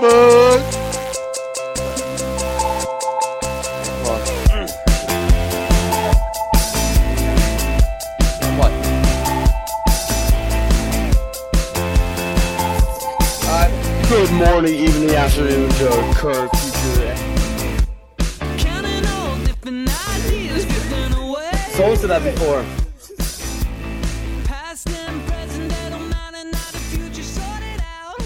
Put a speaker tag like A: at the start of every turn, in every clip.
A: bud.
B: What? Uh,
A: Good morning, evening, afternoon, Joe Kirk. future-
C: Counting all different ideas, drifting away.
B: sold to that before.
C: Past and present, they don't matter, now the future sorted out.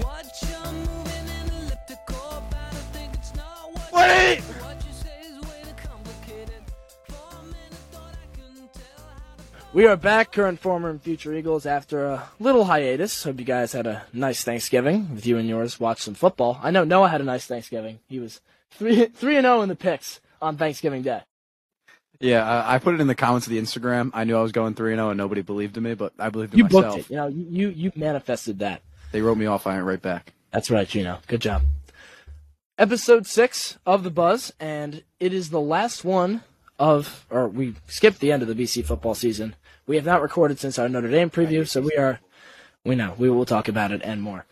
C: Watch you moving in an elliptical pattern, think it's not what
A: Wait!
C: what you say is way too complicated. For a minute, thought I couldn't tell how to.
D: We are back, current, former, and future Eagles, after a little hiatus. Hope you guys had a nice Thanksgiving with you and yours. Watch some football. I know Noah had a nice Thanksgiving. He was three three and zero in the picks on Thanksgiving Day.
E: Yeah, I, I put it in the comments of the Instagram. I knew I was going three and zero, and nobody believed in me, but I believed in
D: You
E: myself.
D: booked it. You know, you you, you manifested that.
E: They wrote me off. I ain't right back.
D: That's right, Gino. Good job. Episode six of the Buzz, and it is the last one of, or we skipped the end of the BC football season. We have not recorded since our Notre Dame preview, so we are, we know we will talk about it and more.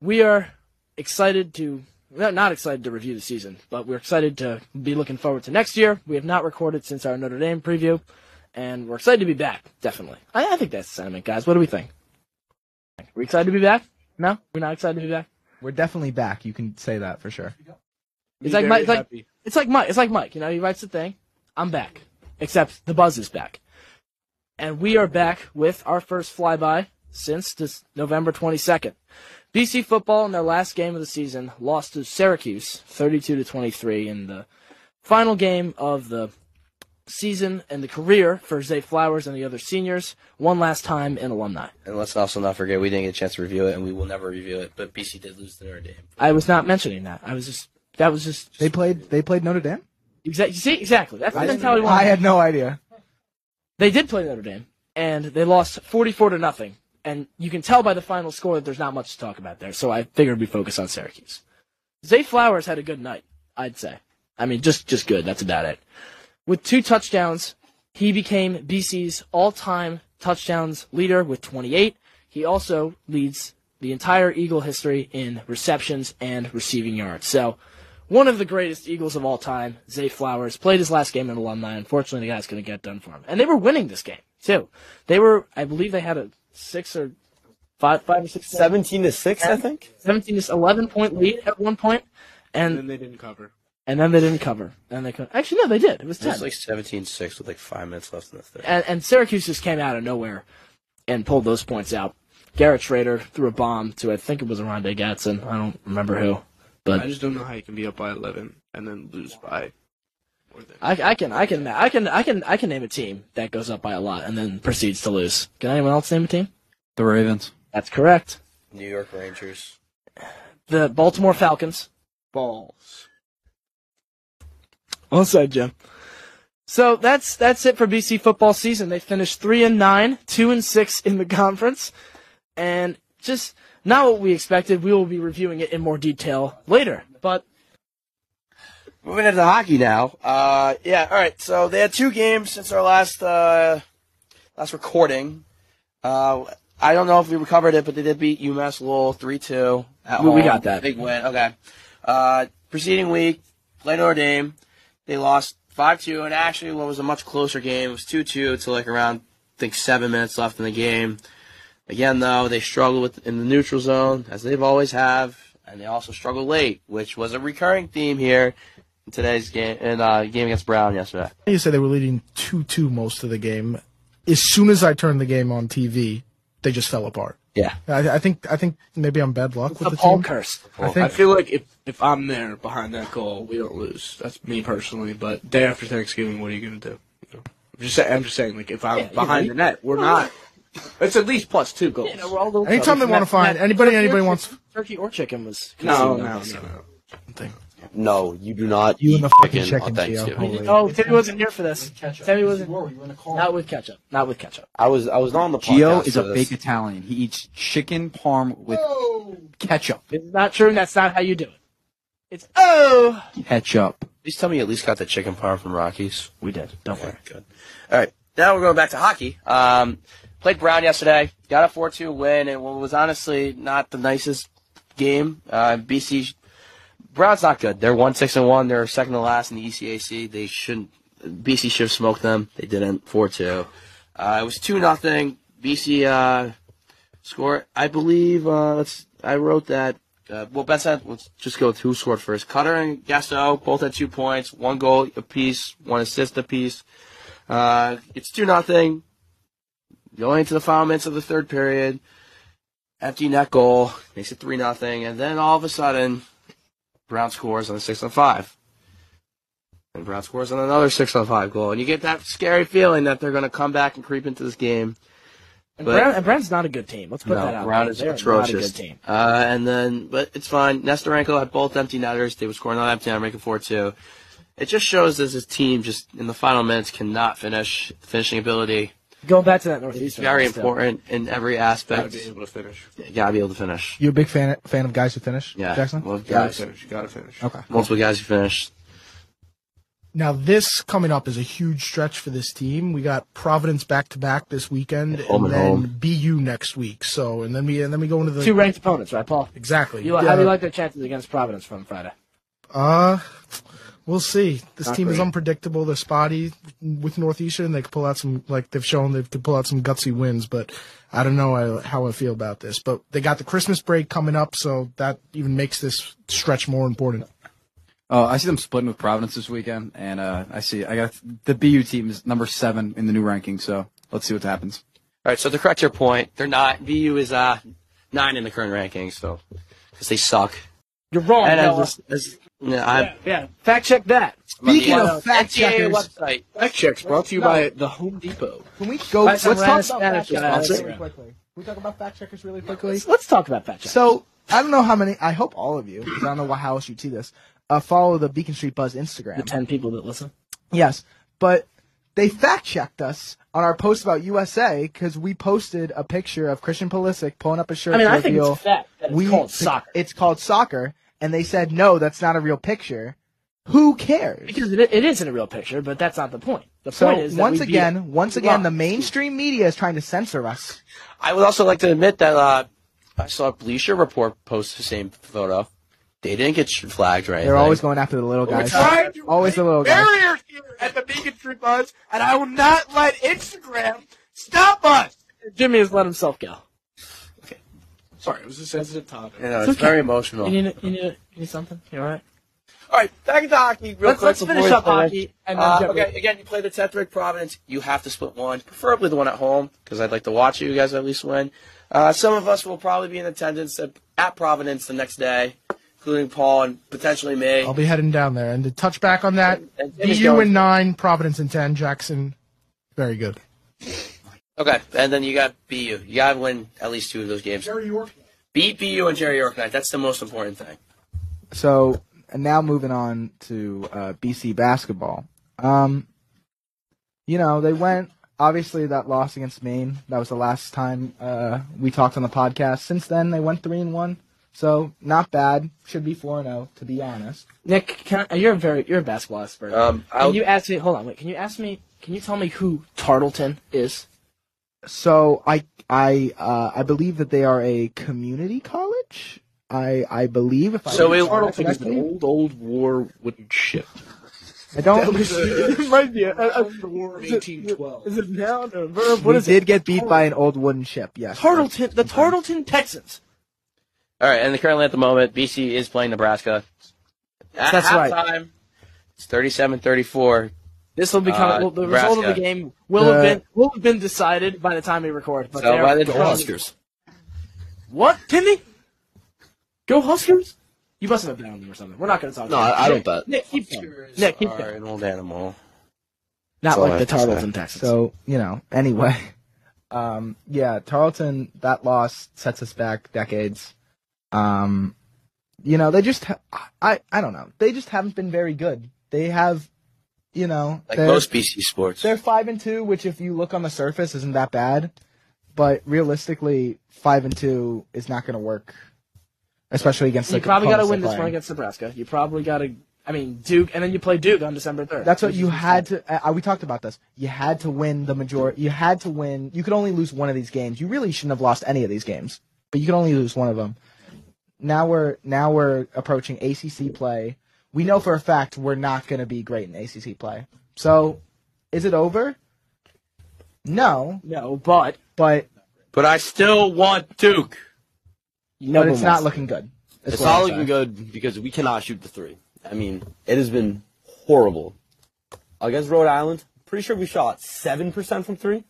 D: We are excited to, no, not excited to review the season, but we're excited to be looking forward to next year. We have not recorded since our Notre Dame preview, and we're excited to be back. Definitely, I, I think that's the sentiment, guys. What do we think? We excited to be back? No, we're not excited to be back.
F: We're definitely back. You can say that for sure.
D: It's
A: Me
D: like, Mike,
A: very
D: it's, like,
A: happy.
D: it's like Mike. It's like Mike. You know, he writes the thing. I'm back. Except the buzz is back. And we are back with our first flyby since this November 22nd. BC football in their last game of the season lost to Syracuse 32 to 23 in the final game of the season and the career for Zay Flowers and the other seniors one last time in alumni.
B: And let's also not forget we didn't get a chance to review it, and we will never review it. But BC did lose to Notre Dame.
D: I was not mentioning that. I was just that was just
F: They played. They played Notre Dame.
D: exactly see exactly. That's the
F: I,
D: mentality we want.
F: I had no idea.
D: they did play Notre Dame, and they lost 44 to nothing. And you can tell by the final score that there's not much to talk about there. So I figured we focus on Syracuse. Zay Flowers had a good night, I'd say. I mean, just just good. That's about it. With two touchdowns, he became BC's all-time touchdowns leader with 28. He also leads the entire Eagle history in receptions and receiving yards. So, one of the greatest Eagles of all time, Zay Flowers, played his last game in alumni. Unfortunately, the guy's going to get done for him. And they were winning this game too. They were, I believe, they had a six or five, five or six,
B: Seventeen to six, I think.
D: 17 to 11 point lead at one point,
A: And
D: and
A: then they didn't cover.
D: and then they didn't cover. And they could actually no, they did. It was
B: It
D: ten.
B: was like 17-6 with like five minutes left in the third.
D: and, and Syracuse just came out of nowhere and pulled those points out. Garrett Schrader threw a bomb to I think it was Rondé Gatson. I don't remember who,
A: I
D: but
A: just don't know how you can be up by 11 and then lose by more than.
D: I, I can I can I can I can I can name a team that goes up by a lot and then proceeds to lose. Can anyone else name a team?
E: The Ravens.
D: That's correct.
B: New York Rangers.
D: The Baltimore Falcons.
A: Balls.
D: Well said, Jim. So that's that's it for BC football season. They finished three and nine, two and six in the conference, and just not what we expected. We will be reviewing it in more detail later. But
B: Moving into hockey now. Uh, yeah, all right. So they had two games since our last uh, last recording. Uh, I don't know if we recovered it, but they did beat UMass Lowell three two at
D: We-
B: home.
D: we got that.
B: big win. Okay. Uh, preceding week, played Notre Dame. They lost five two, and actually, what was a much closer game it was two two to like around I think seven minutes left in the game. Again, though, they struggle with in the neutral zone as they've always have, and they also struggle late, which was a recurring theme here in today's game in uh, game against Brown yesterday.
G: you say they were leading 2 2 most of the game. As soon as I turned the game on TV, they just fell apart.
B: Yeah.
G: I, I think I think maybe I'm bad luck with
D: the
G: the
D: Paul
G: team.
D: curse.
G: I
A: I
G: think
A: feel like if, if I'm there behind that goal, we don't lose. That's me personally. But day after Thanksgiving, what are you gonna do? You know? I'm just sa- I'm just saying. Like if I'm
D: Yeah, you
A: behind the
D: know,
A: net, we're not. It's at least plus two goals.
G: Anytime they wanna find- anybody-
D: turkey or
G: anybody
D: chick-
G: wants-
D: turkey or chicken was
A: no,
D: consumed on
A: no, no,
D: this.
A: no.
B: No, you do not.
G: you and the fucking chicken, Gio.
B: Thanksgiving.
G: Holy-
D: Oh, Timmy wasn't here for this. Timmy wasn't. Not with ketchup. Not with ketchup.
B: I was I was on the
E: Gio
B: podcast
E: is
B: for
E: a
B: this.
E: big Italian. He eats chicken parm with ketchup.
D: This is not true, and that's not how you do it. It's oh.
E: Ketchup.
B: Please tell me you at least got the chicken parm from Rockies.
D: We did. Don't worry.
B: Good. All right. Now we're going back to hockey. Um, Played Brown yesterday, got a 4 2 win, and what was honestly not the nicest game. Uh, BC, Brown's not good. They're 1 6 and 1. They're second to last in the E ECAC. They shouldn't, BC should have smoked them. They didn't. 4 2. Uh, it was 2 nothing. BC uh, scored, I believe, uh, let's, I wrote that. Uh, well, Ben said, let's just go with who scored first. Cutter and Gasso both had two points, one goal apiece, one assist apiece. Uh, it's 2 nothing going into the final minutes of the third period, empty net goal makes it three nothing, and then all of a sudden, Brown scores on the six on five, and Brown scores on another six on five goal, and you get that scary feeling that they're going to come back and creep into this game.
D: And,
B: But-
D: Brown, and Brown's not a good team. Let's put
B: no,
D: that out.
B: Brown
D: there.
B: is
D: They are
B: atrocious.
D: Not a good team.
B: Uh, and then, but it's fine. Nestorenko had both empty netters. They were scoring on empty netter, making four two. It just shows that this team just in the final minutes cannot finish finishing ability.
D: Going back to that Northeastern.
B: It's very
D: one still.
B: important in every
A: Gotta
B: aspect.
A: be able to finish.
B: You gotta be able to finish.
G: You a big fan fan of guys who finish?
B: Yeah.
G: Jackson.
B: Well,
A: Gotta
B: guys,
A: finish. Gotta finish.
G: Okay.
B: multiple guys who finished.
H: Now this coming up is a huge stretch for this team. We got Providence back to back this weekend,
B: At home
H: and
B: and
H: then
B: home.
H: BU next week. So and then we and then we go into the
D: Two ranked opponents, right, Paul?
H: exactly.
D: You, How do
H: Yeah.
D: you like their chances against Providence from Friday?
H: Uh, we'll see. This
A: Not
H: team is
A: great.
H: unpredictable. They're spotty with Northeastern. They could pull out some, like they've shown, they could pull out some gutsy wins. But I don't know uh, how I feel about this. But they got the Christmas break coming up, so that even makes this stretch more important.
E: Uh, I see them splitting with Providence this weekend, and uh, I see I got the BU team is number seven in the new ranking. So let's see what happens.
B: All right, so to correct your point, they're not. BU is uh nine in the current rankings, so because they suck.
D: You're wrong.
B: And
D: Noah.
B: I just, as, yeah, I,
D: yeah, yeah. Fact check that.
G: Speaking
B: Well,
G: of fact
B: NCAA
G: checkers,
B: website.
A: Fact checks brought to you
D: No.
A: by the Home Depot.
G: can we go?
D: Let's
G: Let's
D: talk
G: talk
D: about
G: about
D: fact checkers
G: fact checkers
D: really
G: really quickly. Can we talk about fact checkers really quickly.
D: Let's, let's talk about fact check.
G: So I don't know how many. I hope all of you. 'cause I don't know why, how else you see this. Uh, follow the Beacon Street Buzz Instagram.
D: the ten people that listen.
G: Yes, but they fact checked us on our post about USA because we posted a picture of Christian Pulisic pulling up a shirt.
D: I mean,
G: to
D: I think
G: reveal-
D: it's fact that it's
G: we
D: called soccer.
G: It's called soccer, and they said no, that's not a real picture. Who cares?
D: because it, it isn't a real picture, but that's not the point. The
G: so
D: point is that
G: once
D: we beat it.
G: again, once again,
D: Wow.
G: the mainstream media is trying to censor us.
B: I would also like to admit that uh, I saw a Bleacher Report post the same photo. They didn't get sh- flagged, right?
G: They're always going after the little
A: We're
G: guys.
A: trying to
G: Always the little guys.
A: barrier here at the Beacon Street Buzz, and I will not let Instagram stop us.
D: Jimmy has let himself go.
A: Sorry, it was a sensitive topic.
B: You know, it's, very emotional.
D: You need, you need, you need something? You all right?
B: All right, back to hockey. Real
D: Let's-
B: quick
D: let's
B: before
D: finish
B: we
D: up
B: play.
D: hockey and then
B: Uh,
D: get
B: okay,
D: rid-
B: again, you play the Tetrick Providence. You have to split one, preferably the one at home, because I'd like to watch you guys at least win. Uh, some of us will probably be in attendance at, at Providence the next day, including Paul and potentially me.
H: I'll be heading down there. And to touch back on that,
B: And- and
H: BU in nine, Providence in ten, Jackson, very good.
B: Okay, and then you got BU. You got to win at least two of those games.
H: Jerry York.
B: Beat BU and Jerry York night. That's the most important thing.
G: So and now moving on to uh, BC basketball. Um, you know they went obviously that loss against Maine. That was the last time uh, we talked on the podcast. Since then they went three and one, so not bad. Should be four and zero to be honest.
D: Nick, can I, you're a very you're a basketball expert.
B: Um, I'll,
D: can you ask me? Hold on, wait. Can you ask me? Can you tell me who Tartleton is?
G: So I I uh, I believe that they are a community college. I I believe if I
B: So
G: recall
B: it- Tarleton
A: It's an
G: correctly.
A: old, old war wooden ship.
G: I don't.
A: It
G: might be. A,
A: the War of 1812.
D: Is it noun or verb?
G: we did get beat by an old wooden ship. Yes.
D: Tartleton, the Tartleton Texans.
B: all right, and currently at the moment, BC is playing Nebraska. At
D: That's right.
B: halftime, It's 37-34.
D: This will become
B: Uh,
D: well, the result of
B: Nebraska.
D: the game will have
G: The-
D: been will have been decided by the time we record. But
B: So
D: they're
B: by the
D: going-
B: Huskers.
D: What, Timmy? Go Huskers? You must have been on them or something. We're not going to talk.
A: No,
D: about
A: I- I
D: it.
A: don't bet.
D: Nick, keep going. Nick, keep
B: are
D: going.
B: an old animal.
D: Not
B: That's all I
D: like the
B: have to
D: Tartles
B: say.
D: in Texas.
G: So you know, anyway, um, yeah, Tarleton. That loss sets us back decades. Um, you know, they just ha- I I don't know. They just haven't been very good. They have, you know,
B: Like
G: they're,
B: most BC sports.
G: they're five and two, which if you look on the surface isn't that bad, but realistically, five and two is not going to work, especially against
D: you
G: the
D: probably got to
G: opponents
D: win this
G: they're
D: one
G: playing.
D: against Nebraska. You probably got to I mean, Duke, and then you play Duke on December third.
G: That's what you had to. Uh, we talked about this. You had to win the majority. You had to win. You could only lose one of these games. You really shouldn't have lost any of these games, but you could only lose one of them. Now we're now we're approaching ACC play. We know for a fact we're not going to be great in ACC play. So, is it over? No,
D: No, but
G: but
I: But I still want Duke.
G: but
D: no,
G: it's not looking good. That's
B: It's
G: what I'm
B: not
G: saying.
B: looking good because we cannot shoot the three. I mean, it has been horrible. Against Rhode Island, pretty sure we shot 7% from three.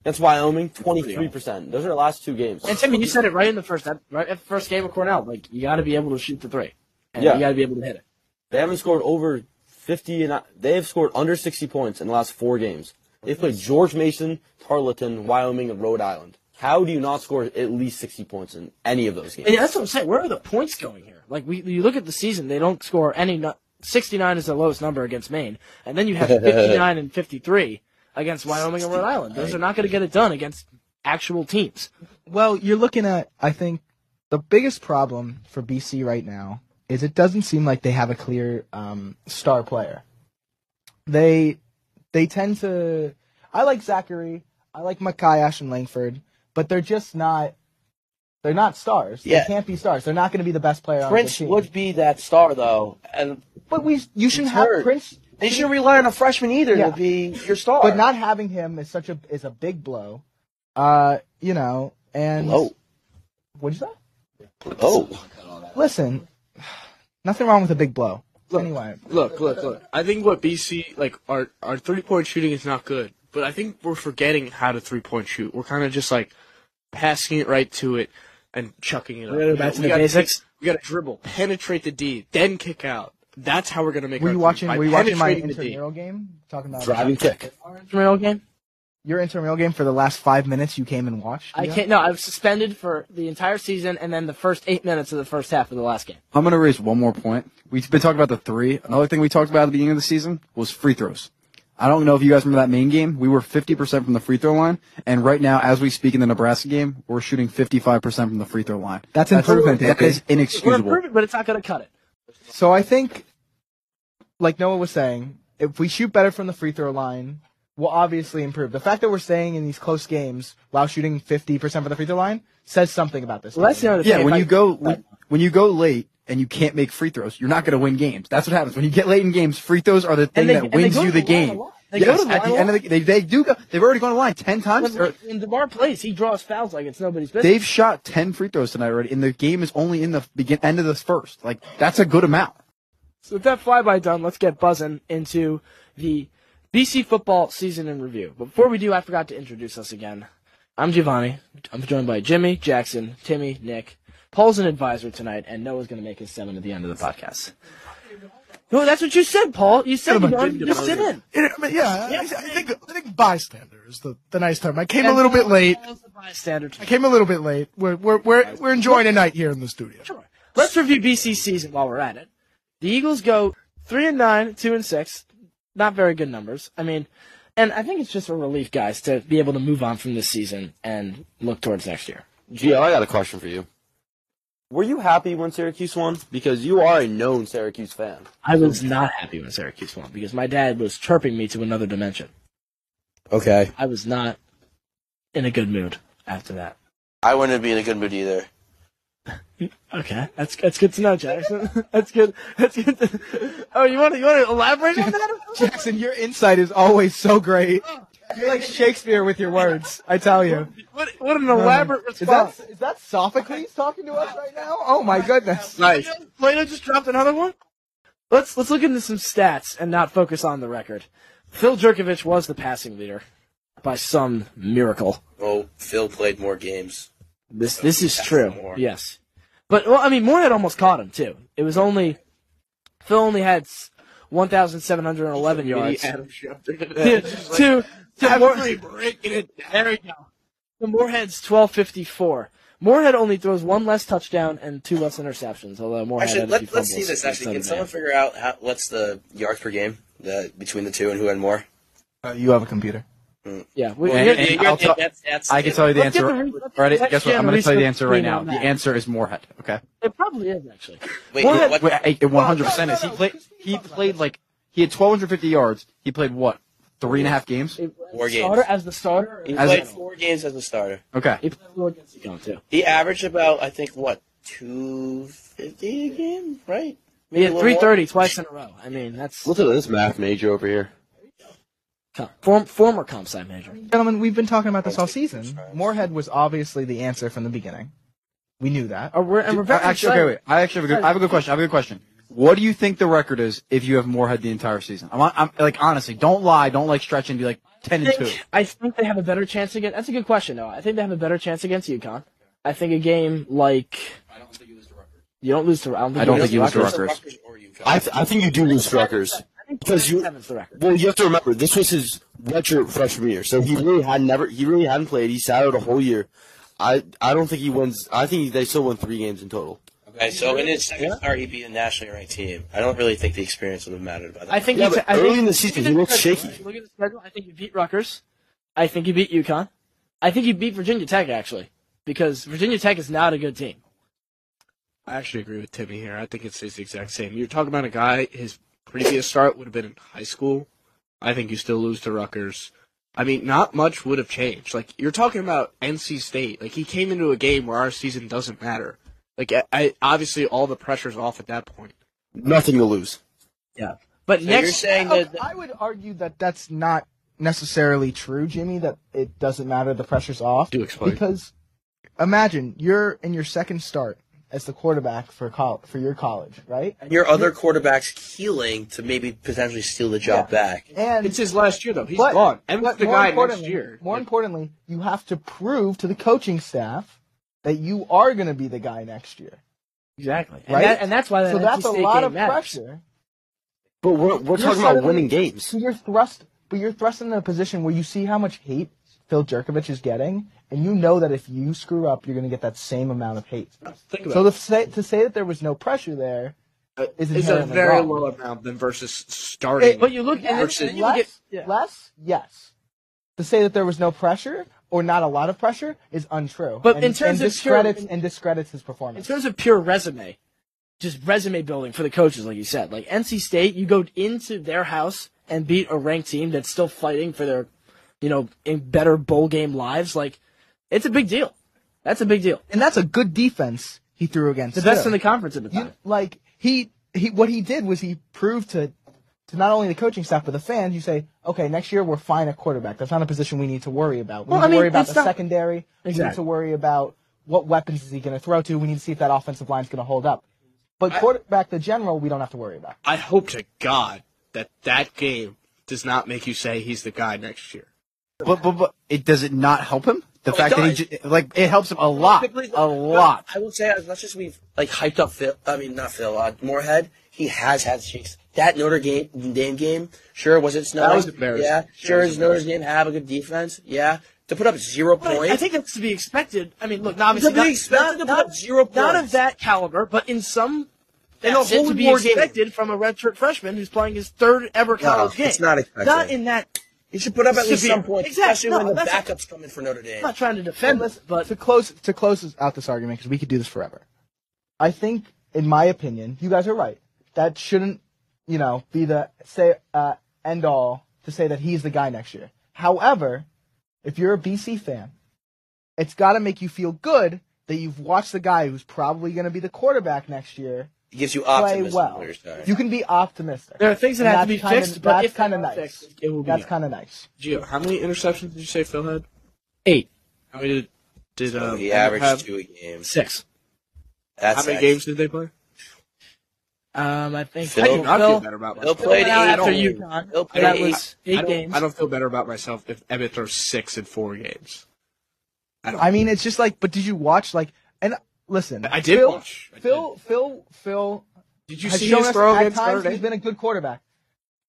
B: Against Wyoming, 23%. Those are the last two games.
D: And Timmy, you said it right in the first that right at the first game of Cornell. Like you got to be able to shoot the three, and
B: Yeah.
D: you got to be able to hit it.
B: They haven't scored over 50, and uh, they have scored under 60 points in the last four games. They've played George Mason, Tarleton, Wyoming, and Rhode Island. How do you not score at least 60 points in any of those games?
D: And that's what I'm saying. Where are the points going here? Like we, you look at the season, they don't score any. nu- 69 is the lowest number against Maine, and then you have 59 and 53 against Wyoming and Rhode Island. Those are not going to get it done against actual teams.
G: Well, you're looking at, I think, the biggest problem for BC right now is it doesn't seem like they have a clear um, star player. They they tend to. I like Zachary. I like Makayash and Langford, but they're just not. They're not stars.
I: Yeah.
G: They can't be stars. They're not going to be the best player
I: Prince
G: on the team.
I: would be that star though, and
G: but we you shouldn't
I: He's
G: have
I: hurt.
G: Prince.
I: they shouldn't rely on a freshman either
G: Yeah.
I: to be your star.
G: But not having him is such a is a big blow. Uh, you know, and
B: Low.
G: what'd you say?
B: Oh.
G: Listen, nothing wrong with a big blow. anyway,
A: Look, look, look. I think what BC like our our three point shooting is not good, but I think we're forgetting how to three point shoot. We're kind of just like passing it right to it and chucking it up. You know,
D: back to
A: we
D: the
A: gotta-
D: basics.
A: We got to dribble, penetrate the D, then kick out. That's how we're gonna make.
G: were
A: our
G: you
A: three,
G: watching?
A: by
G: Were you watching my
A: penetrating the D.
G: intramural game? Talking about
B: Driving kick.
D: Intramural game.
G: your intramural game for the last five minutes. You came and watched.
D: I
G: yeah?
D: can't. No, I was suspended for the entire season, and then the first eight minutes of the first half of the last game.
E: I'm going to raise one more point. We've been talking about the three. Another thing we talked about at the beginning of the season was free throws. I don't know if you guys remember that main game. We were 50% from the free throw line. And right now, as we speak in the Nebraska game, we're shooting 55% from the free throw line.
G: That's improvement,
E: That
G: Dippy.
E: is
D: We're
E: inexcusable.
D: improving, but it's not going to cut it.
G: So I think, like Noah was saying, if we shoot better from the free throw line, we'll obviously improve. The fact that we're staying in these close games while shooting fifty percent from the free throw line says something about this.
D: Well, that's the
G: team.
D: other
E: Yeah,
D: thing.
E: when
D: If
E: you
D: I-
E: go when, when you go late and you can't make free throws, you're not going to win games. That's what happens when you get late in games. Free throws are the thing
D: they- and
E: that
D: they
E: wins
D: go
E: you
D: to
E: the,
D: the line a
E: game.
D: lot. They
E: Yes,
D: go to the
E: at
D: line
E: the
D: a
E: end of the they they do go. They've already gone to the line ten times. or-
D: when, when DeMar plays, he draws fouls like it's nobody's business.
E: They've shot ten free throws tonight already, and the game is only in the begin end of the first. Like that's a good amount.
D: So with that flyby done, let's get buzzing into the BC football season in review. But before we do, I forgot to introduce us again. I'm Giovanni. I'm joined by Jimmy, Jackson, Timmy, Nick. Paul's an advisor tonight, and Noah's going to make his seven at the end of the podcast. No, that's what you said, Paul. You said you wanted to just sit in.
J: It- I mean, yeah, I, I think I think bystander is the, the nice term. I came a little bit late.
D: Paul's the bystander
J: I
D: tonight.
J: came a little bit late. We're we're we're, we're enjoying a night here in the studio.
D: Sure. Let's review BC season while we're at it. The Eagles go three and nine, two and six. Not very good numbers. I mean, and I think it's just a relief, guys, to be able to move on from this season and look towards next year.
B: Gio, I got a question for you. Were you happy when Syracuse won? Because you are a known Syracuse fan.
D: I was not happy when Syracuse won because my dad was chirping me to another dimension.
B: Okay.
D: I was not in a good mood after that.
I: I wouldn't be in a good mood either.
D: Okay, that's that's good to know, Jackson. that's good. That's good. To, oh, you want to you want to elaborate on that?
G: Jackson, your insight is always so great. You're like Shakespeare with your words. I tell you. Um,
D: What what an elaborate
G: Is
D: response!
G: that is that Sophocles talking to us right now? Oh my goodness!
A: Nice.
D: Plato just dropped another one. Let's let's look into some stats and not focus on the record. Phil Jerkovich was the passing leader by some miracle.
I: Oh, Phil played more games.
D: This this is
I: That's
D: true.
I: more.
D: Yes, but well, I mean, Moorhead almost caught him too. It was only Phil only had one thousand seven hundred and eleven yards.
A: Adam Schefter did
D: to,
A: that. Just like,
D: to, to
A: I'm
D: Moore,
A: really breaking it down.
D: there we go. The Moorhead's twelve fifty four. Moorhead only throws one less touchdown and two less interceptions, although Moorhead
I: Actually,
D: had a few
I: let, let's
D: fumbles
I: see this.
D: instead
I: Actually,
D: of
I: can
D: that.
I: someone figure out how, what's the yards per game the, between the two and who had more?
G: you have a computer.
D: Yeah, we,
E: And-
D: here-
E: and
B: You're-
E: I'll tell-
B: that's, that's,
E: I can tell you the
D: Let's get
E: answer.
D: the re- let's-
E: Already,
D: let's
E: guess what?
D: get
E: I'm
D: the
E: going to tell you the
D: research
E: answer right
D: team
E: now.
D: on
E: The
D: that.
E: answer is Moorhead. Okay.
D: it probably is actually.
B: wait,
E: Moorhead,
B: what?
E: wait, I- 100%. Is he played? He played like he had 1,250 yards. He played what? Three and a half games.
D: It,
B: Four games.
D: starter as the starter.
B: He
E: As
B: played
E: it-
B: four games as a starter.
E: Okay.
D: He played well against Seacom too.
B: He averaged about, I think, what, 250 a game, right?
D: He had
B: a little
D: three thirty twice in a row. I mean, that's
K: Look at this math major over here.
D: com- form, former comp sci major.
L: Gentlemen, we've been talking about this all season. Moorhead was obviously the answer from the beginning. We knew that.
D: Or we're, and we're
E: Uh,
D: very
E: Actually, okay,
D: excited.
E: wait. I actually have a good. I have a good question. I have a good question. What do you think the record is if you have Moorhead the entire season? I'm, I'm like honestly, don't lie, don't like stretch and be like ten and
D: I
E: two.
D: think, I think they have a better chance against. That's a good question, though. I think they have a better chance against UConn. I think a game like. I don't think you lose to Rutgers. You don't lose to. I don't think
E: I
D: you
E: don't
D: lose
E: think
D: to
E: you lose to
D: Rutgers.
E: Rutgers.
K: I, th- I think you do lose Rutgers.
D: I think
K: Because you-
D: 27 is the record.
K: Well, you have to remember this was his redshirt freshman year, so he really had never he really hadn't played. He sat out a whole year. I I don't think he wins. I think they still won three games in total.
B: Okay, so in his second start, he beat a E nationally ranked team. I don't really think the experience would have mattered by that.
D: I think
K: Yeah,
D: you
K: but
D: I
K: early
D: think,
K: in the season, he looked shaky.
D: Look at the schedule. I think you beat Rutgers. I think you beat UConn. I think you beat Virginia Tech actually, because Virginia Tech is not a good team.
A: I actually agree with Timmy here. I think it stays the exact same. You're talking about a guy, his previous start would have been in high school. I think you still lose to Rutgers. I mean, not much would have changed. Like, you're talking about NC State. Like, he came into a game where our season doesn't matter. Like, I, I obviously all the pressure's off at that point.
K: Nothing to lose.
D: Yeah, but
B: so
D: next
B: you're saying
L: Okay,
B: that.
L: I would argue that that's not necessarily true, Jimmy. That it doesn't matter. The pressure's off.
A: Do explain.
L: Because imagine you're in your second start as the quarterback for col- for your college, right?
B: Your other quarterback's healing to maybe potentially steal the job back.
L: And
A: It's his last year, though. He's
L: but-
A: gone. And
L: but
A: the
L: more
A: guy next
L: importantly-
A: year.
L: More
A: Like,
L: importantly, you have to prove to the coaching staff that you are going to be the guy next year.
D: exactly, and,
L: Right?
D: that, and that's why that
L: so that's
D: NC
L: a
D: State
L: lot
D: game
L: of
D: matters.
L: pressure.
K: But we're we're
L: You're
K: talking about
L: suddenly-
K: winning games.
L: So you're thrust, but you're thrust into a position where you see how much hate Phil Jerkovich is getting, and you know that if you screw up, you're going to get that same amount of hate.
A: think about
L: So
A: it.
L: to say, to say that there was no pressure there,
A: It's
L: is
A: a
L: inherently
A: very
L: wrong.
A: low amount than versus starting.
D: But you look and
A: Versus-
D: then, and then you
L: less,
D: get yeah.
L: less, yes. To say that there was no pressure or not a lot of pressure is untrue.
D: But
L: and,
D: in terms
L: and
D: of pure-
L: discredits and discredits his
D: in
L: performance.
D: terms of pure resume, just resume building for the coaches, like you said. Like NC State, you go into their house and beat a ranked team that's still fighting for their, you know, in better bowl game lives. Like, it's a big deal. That's a big deal.
L: and that's a good defense he threw against.
D: The best
L: too.
A: uh,
D: in the conference at the time.
L: You, like he he what he did was he proved to to not only the coaching staff but the fans. You say, okay, next year we're fine at quarterback. That's not a position we need to worry about. We
D: Well,
L: need
D: I
L: to
D: mean,
L: worry about
D: it's
L: the
D: not-
L: secondary. We need
D: Exactly.
L: to worry about what weapons is he going to throw to. We need to see if that offensive line's going to hold up. But quarterback, the general, we don't have to worry about.
A: I hope to God that that game does not make you say he's the guy next year.
E: But but but it does it not help him? The
K: Oh,
B: it
E: fact that he
B: does.
E: j- like it helps him a lot,
B: Typically-
E: a lot.
B: I will say, as much as we've like hyped up Phil, I mean not Phil, uh, Moorhead, he has had streaks. That Notre Game, Dame game, sure was it snowing?
A: That was embarrassing.
B: Yeah,
A: Sure
B: sure
A: was
B: is Notre Dame have a good defense? Yeah, to put up zero
D: But I-
B: points.
D: I think that's to be expected. I mean, look, not obviously
B: To be
D: not,
B: expected
D: not,
B: to put
D: not-
B: up zero
D: not of
B: points.
D: that caliber, but in some
B: In a
D: facet
B: whole
D: to be
B: war game.
D: expected from a redshirt freshman who's playing his third ever college game.
B: it's not expected.
D: Not in that.
B: he should put up at least
D: Severe.
B: some points,
D: Exactly.
B: especially
D: No,
B: when the
D: that's-
B: backups come in for Notre Dame.
D: I'm not trying to defend this, but
L: to close to close out this argument because we could do this forever. I think, in my opinion, you guys are right. That shouldn't, you know, be the say uh, end all to say that he's the guy next year. However, if you're a BC fan, it's got to make you feel good that you've watched the guy who's probably going to be the quarterback next year
B: It gives you
L: play
B: optimism.
L: well.
B: when you're starting.
L: You can be optimistic.
D: There are things that
L: And
D: have to
L: that's
D: be
L: kinda-
D: fixed, but
L: that's
D: if they
L: kind of
D: are
L: nice.
D: fixed, it will be
L: that's
D: nice.
L: kind of nice.
A: Gio, how many interceptions did you say Phil had?
D: eight,
A: How many did did um,
B: he
A: Andrew
B: averaged
A: have?
B: two a game.
D: six.
B: That's
A: How many
B: excellent.
A: games did they play?
D: Um, I think
B: Phil- I do
A: I
D: Phil-
A: feel better about
B: Phil
A: myself.
D: Phil went
B: played eight.
D: out after
B: only.
D: UConn.
B: Phil
D: That
B: played
D: was
A: I
D: eight
A: don't-
D: games.
A: I don't feel better about myself if Emmett throws six in four games. I don't.
L: I mean, it's just like, but did you watch like? And listen,
A: I did
L: Phil,
A: watch. I did.
L: Phil, Phil, Phil,
A: Did you
L: has
A: see
L: shown
A: his
L: us
A: throw
L: at
A: against
L: times
A: Notre Dame?
L: He's been a good quarterback.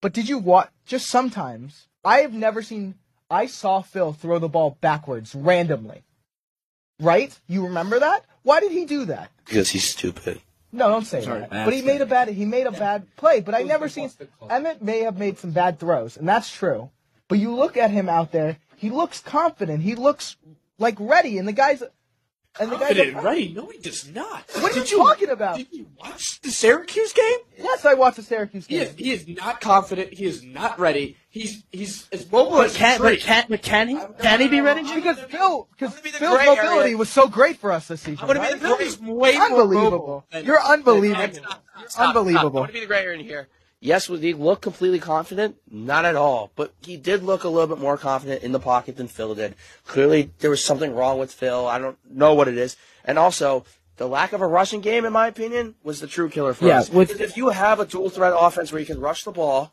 L: But did you watch? Just sometimes, I have never seen. I saw Phil throw the ball backwards randomly. Right? You remember that? Why did he do that?
B: because he's stupid.
L: No, don't say
A: Sorry,
L: that.
A: bad
L: But he made a bad he made a bad play. But I never seen Emmett may have made some bad throws, and that's true. But you look at him out there; he looks confident. He looks like ready, and the guys, and the guys.
A: Confident,
L: Are,
A: right? No, he does not.
L: What are
A: did
L: you talking about?
A: Did you watch the Syracuse game?
L: Yes, I watched the Syracuse
A: He
L: game.
A: is, he is not confident. He is not ready. He's he's as mobile
D: But
A: as a
D: can,
A: tree.
D: but can, but can he? Can he be ready? Jim?
L: Because Phil, because
B: gonna be the
L: Phil's
B: gray
L: mobility
B: area.
L: was so great for us this season.
B: gonna be
L: right?
B: the
A: Phil is way more mobile
L: Unbelievable!
A: than-
L: You're
A: than-
L: unbelievable. You're
B: I
L: unbelievable.
B: want to be the gray area in here. Yes, would he look completely confident? Not at all. But he did look a little bit more confident in the pocket than Phil did. Clearly, there was something wrong with Phil. I don't know what it is. And also, the lack of a rushing game, in my opinion, was the true killer for
D: Yeah,
B: us.
D: with-
B: Because if you have a dual threat offense where you can rush the ball,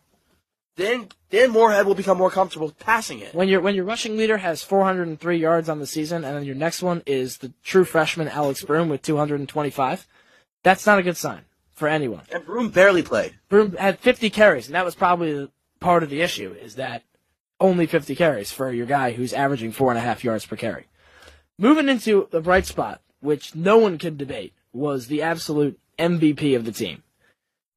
B: then then Moorhead will become more comfortable passing it.
D: When your when your rushing leader has 403 yards on the season, and then your next one is the true freshman Alex Broom with 225, that's not a good sign for anyone.
B: And Broom barely played.
D: Broom had 50 carries, and that was probably part of the issue is that only 50 carries for your guy who's averaging four and a half yards per carry. Moving into the bright spot, which no one could debate, was the absolute MVP of the team.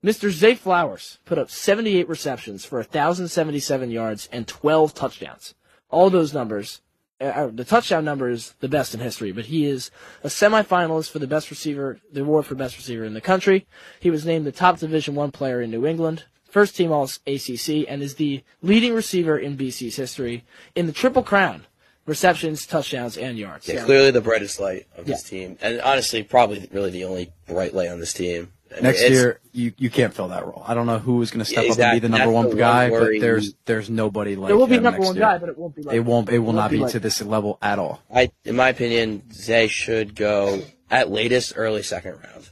D: Mr. Zay Flowers put up 78 receptions for 1,077 yards and 12 touchdowns. All those numbers, uh, uh, the touchdown number is the best in history, but he is a semifinalist for the best receiver, the award for best receiver in the country. He was named the top Division One player in New England, first team All ACC, and is the leading receiver in BC's history in the Triple Crown: receptions, touchdowns, and yards.
B: Clearly, the brightest light of this team. And honestly, probably really the only bright light on this team.
E: Next year, you, you can't fill that role. I don't know who is going to step
B: Yeah,
E: up and
B: exactly.
E: be the number
B: That's
E: one
B: the one
E: guy,
B: worry.
E: but there's there's nobody like
D: There will be
E: him
D: number
E: next
D: one
E: year.
D: guy, but it won't be. Like
E: it won't it will
D: won't
E: not
D: be
E: be
D: like-
E: to this level at all.
B: I, in my opinion, Zay should go at latest early second round.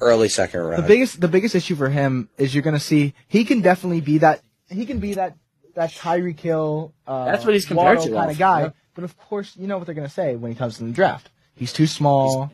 B: Early second
L: The
B: round.
L: biggest the biggest issue for him is you're gonna see he can definitely be that he can be that that Tyreek Hill uh,
D: That's what he's compared to,
L: kind
D: Alf.
L: of guy.
D: Yeah.
L: But of course, you know what they're gonna say when he comes in the draft. He's too small.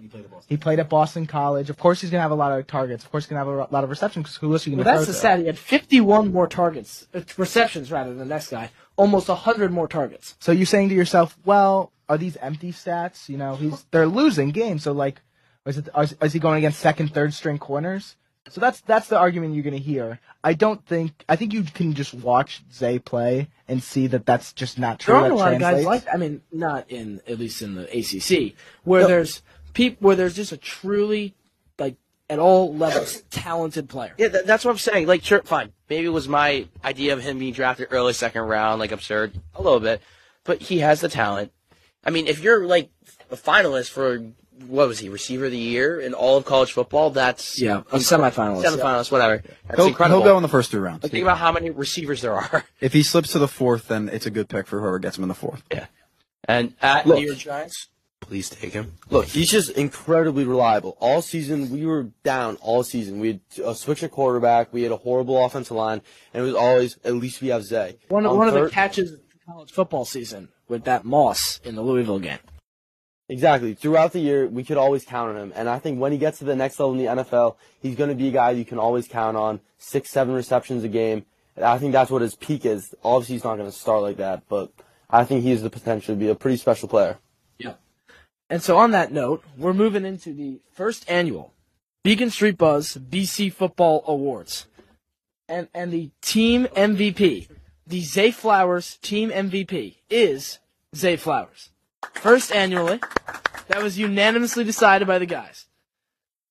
L: he played at Boston College. Of course, he's gonna have a lot of targets. Of course, he's gonna have a ro- lot of receptions. 'cause Who else are you
D: Well,
L: gonna?
D: that's the
L: throw to?
D: sad. He had 51 more targets, uh, receptions rather than the next guy. Almost 100 more targets.
L: So you're saying to yourself, well, are these empty stats? You know, he's they're losing games. So like, is it is, is he going against second, third string corners? So that's that's the argument you're going to hear. I don't think I think you can just watch Zay play and see that that's just not true.
D: There aren't
L: That
D: a lot of guys
L: translates.
D: like. I mean, not in at least in the ACC where there's peop, where there's just a truly like at all levels talented player.
B: yeah, that, that's what I'm saying. Like, sure, fine. Maybe it was my idea of him being drafted early second round, like absurd a little bit, but he has the talent. I mean, if you're like a finalist for what was he receiver of the year in all of college football, that's
D: Yeah, a semifinalist.
B: semifinalist, whatever. That's
E: He'll,
B: incredible.
E: he'll go in the first three rounds.
B: Think about how many receivers there are.
E: If he slips to the fourth, then it's a good pick for whoever gets him in the fourth.
B: And at
K: Look.
B: New York Giants, please take him.
K: Look, he's just incredibly reliable. All season, we were down all season. We had a switch at quarterback. We had a horrible offensive line. And it was always, at least we have Zay.
D: One of,
K: On
D: one of the
K: third-
D: catches of the college football season with that Moss in the Louisville game.
K: Exactly. Throughout the year, we could always count on him. And I think when he gets to the next level in the NFL, he's going to be a guy you can always count on. Six, seven receptions a game. And I think that's what his peak is. Obviously, he's not going to start like that, but I think he has the potential to be a pretty special player.
D: And so on that note, we're moving into the first annual Beacon Street Buzz BC Football Awards. And and the team MVP, the Zay Flowers team MVP is Zay Flowers. First annually. That was unanimously decided by the guys.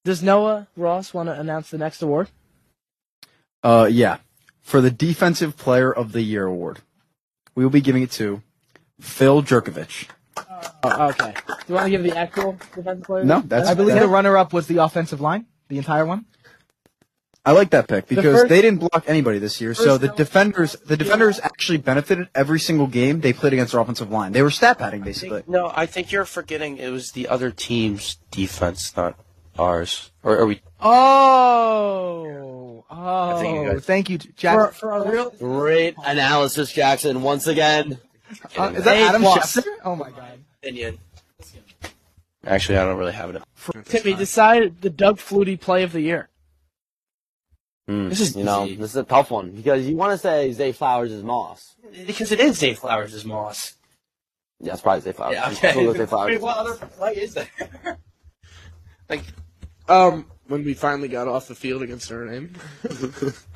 D: Does Noah Ross want to announce the next award?
E: Uh, yeah. For the Defensive Player of the Year award, we will be giving it to Phil Jerkovich.
D: Oh, okay. Do you want to give the actual defensive player?
E: No, that's
L: I believe
E: that-
L: the runner-up was the offensive line, the entire one.
E: I like that pick because
D: first-
E: they didn't block anybody this year. So
D: first
E: the
D: time-
E: defenders, the defenders actually benefited every single game they played against their offensive line. They were stat padding basically.
B: No, I think you're forgetting it was the other team's defense, not ours. Or are we?
L: Oh, oh,
B: think you guys-
L: thank you,
D: For,
L: Jack.
D: for our real
K: Great analysis, Jackson, once again.
L: Uh, is that
D: A
L: Adam
D: plus.
L: Schefter? Oh my God.
B: Opinion. Actually, I don't really have it.
D: Timmy decide the Doug Flutie play of the year.
K: This is, Hmm, you know, this is a tough one because you want to say Zay Flowers is Moss.
B: Because it is Zay Flowers as Moss.
K: Yeah, it's probably Zay Flowers.
B: Yeah,
K: We'll go Zay
B: okay.
K: Flowers.
B: Wait, what other play is there? like,
A: Um,
M: when we finally got off the field against Suriname?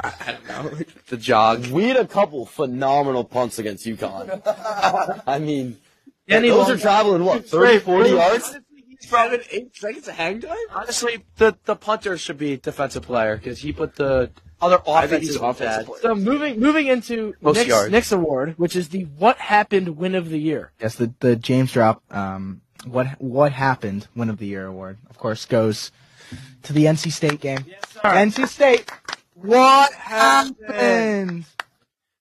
M: I, I don't know.
B: The jog.
N: We had a couple phenomenal punts against UConn. I mean,
D: Any
N: those
D: long-
N: are traveling what 30, 40 yards.
M: Seven, eight seconds of hang time?
B: Honestly, the, the punter should be defensive player because he put the other
M: I think
B: offenses
M: he's
B: off
M: offensive player.
B: that.
D: So moving moving into
B: Most
D: next,
B: yards.
D: next award, which is the what happened win of the year.
L: Yes, the the James Drop. Um, what what happened? Win of the year award, of course, goes to the NC State game. NC State. What happened?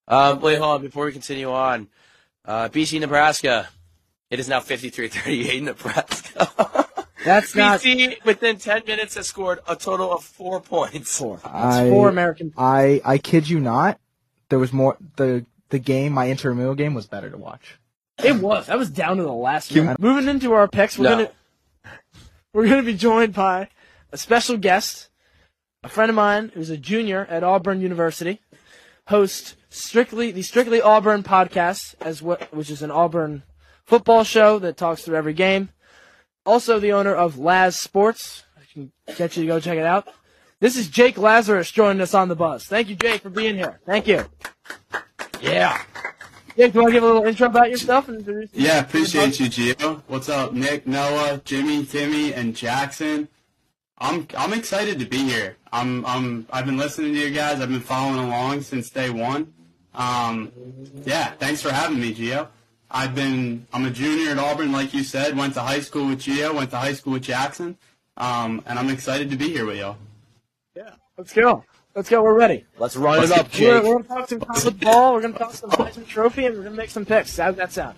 B: Um, wait, hold on. Before we continue on, uh, BC Nebraska. It is now 53-38 Nebraska.
D: That's not
B: BC within 10 minutes has scored a total of four points.
D: four. That's
L: I-
D: four American.
L: I I kid you not. There was more. the The game, my intramural game, was better to watch.
D: It was. That was down to the last one. Moving into our picks, we're
B: No.
D: gonna we're gonna be joined by a special guest, a friend of mine who's a junior at Auburn University, hosts strictly the Strictly Auburn podcast, as what which is an Auburn football show that talks through every game. Also the owner of Laz Sports. I can get you to go check it out. This is Jake Lazarus joining us on the bus. Thank you, Jake, for being here. Thank you.
B: Yeah.
D: Jake, do you want to give a little intro about yourself and introduce
A: Yeah, appreciate you, Gio. What's up, Nick, Noah, Jimmy, Timmy, and Jackson? I'm I'm excited to be here. I'm I'm I've been listening to you guys. I've been following along since day one. Um, yeah, thanks for having me, Gio. I've been I'm a junior at Auburn, like you said. Went to high school with Gio. Went to high school with Jackson. Um, and I'm excited to be here with y'all.
D: Let's go. Let's go. We're ready.
N: Let's run it up,
D: We're,
N: Jake.
D: we're going to talk some college ball. We're going to talk some Heisman Trophy, and we're going to make some picks. How's that sound?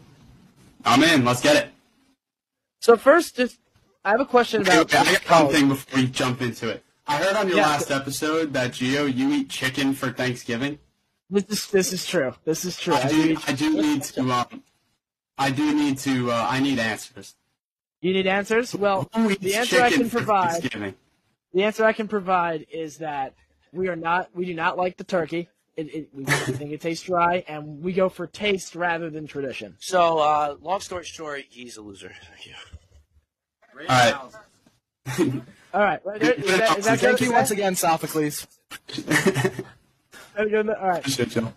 A: I'm in. Let's get it.
D: So first, just I have a question
A: Okay,
D: about
A: okay, I got one thing before you jump into it. I heard on your
D: Yeah.
A: last episode that Gio, you eat chicken for Thanksgiving.
D: this. Is, this is true. This is true.
A: I do. I do need to. Um, I do need to. Uh, I need answers.
D: you need answers. Well,
A: Who eats
D: Oh, the answer I
A: chicken
D: can
A: for
D: provide.
A: Thanksgiving?
D: The answer I can provide is that we are not. We do not like the turkey. It, it, we think it tastes dry, and we go for taste rather than tradition.
B: So, uh, long story short, he's a loser.
A: All right.
D: All right. Is that, is that good?
A: Thank you once
D: again, Sophocles. All right.
A: Shit, Joe.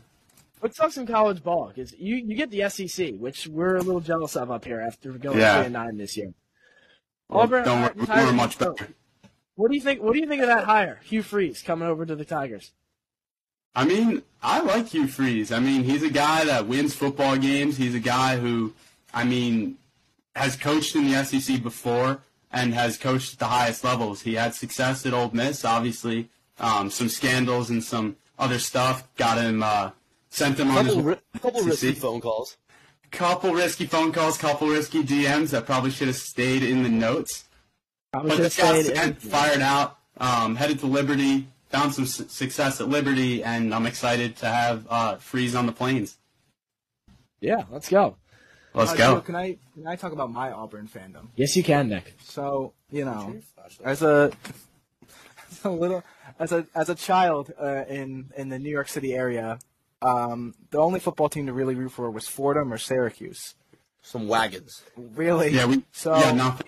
D: Let's talk some college ball because you, you get the SEC, which we're a little jealous of up here after going
A: Yeah.
D: three and nine this year. Auburn,
A: Don't
D: uh,
A: worry, we
D: Tigers-
A: were much better.
D: What do you think? What do you think of that hire, Hugh Freeze coming over to the Tigers?
A: I mean, I like Hugh Freeze. I mean, he's a guy that wins football games. He's a guy who, I mean, has coached in the SEC before and has coached at the highest levels. He had success at Old Miss, obviously. Um, some scandals and some other stuff got him, uh, sent him on his
N: couple, ri- couple
A: SEC.
N: risky phone calls.
A: couple risky phone calls, couple risky DMs that probably should have stayed in the notes.
D: Probably
A: But
D: should
A: this
D: have
A: got
D: stayed in.
A: sent, fired out, um, headed to Liberty, found some su- success at Liberty, and I'm excited to have uh, Freeze on the planes.
D: Yeah, let's go.
A: Let's
L: Uh,
A: go.
L: Joe, can I can I talk about my Auburn fandom?
D: Yes, you can, Nick.
L: So you know, as a as a little as a as a child uh, in in the New York City area, um, the only football team to really root for was Fordham or Syracuse.
N: Some wagons.
L: Really?
A: Yeah, we.
L: So
A: yeah, nothing.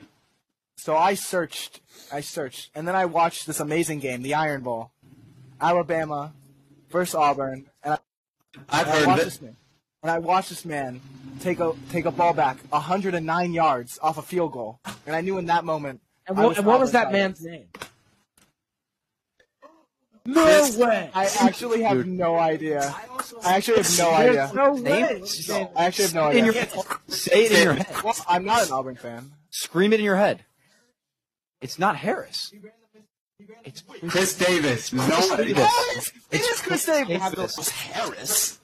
L: so I searched, I searched, and then I watched this amazing game, the Iron Bowl, Alabama versus Auburn, and I,
A: I've
L: and I
A: heard
L: watched
A: of it.
L: this man. And I watched this man take a take a ball back 109 yards off a field goal, and I knew in that moment.
D: And
L: I
D: what,
L: was
D: and what was
L: Auburn's
D: that
L: side.
D: man's name? No way.
L: I actually have no idea. I actually have no idea.
D: There's no way.
L: I actually have no idea.
E: Say it in your head.
L: Well, I'm not an Auburn fan.
E: Scream it in your head. It's not Harris. It's
A: Chris Davis. No one.
E: Davis. It is Chris Davis.
A: Harris.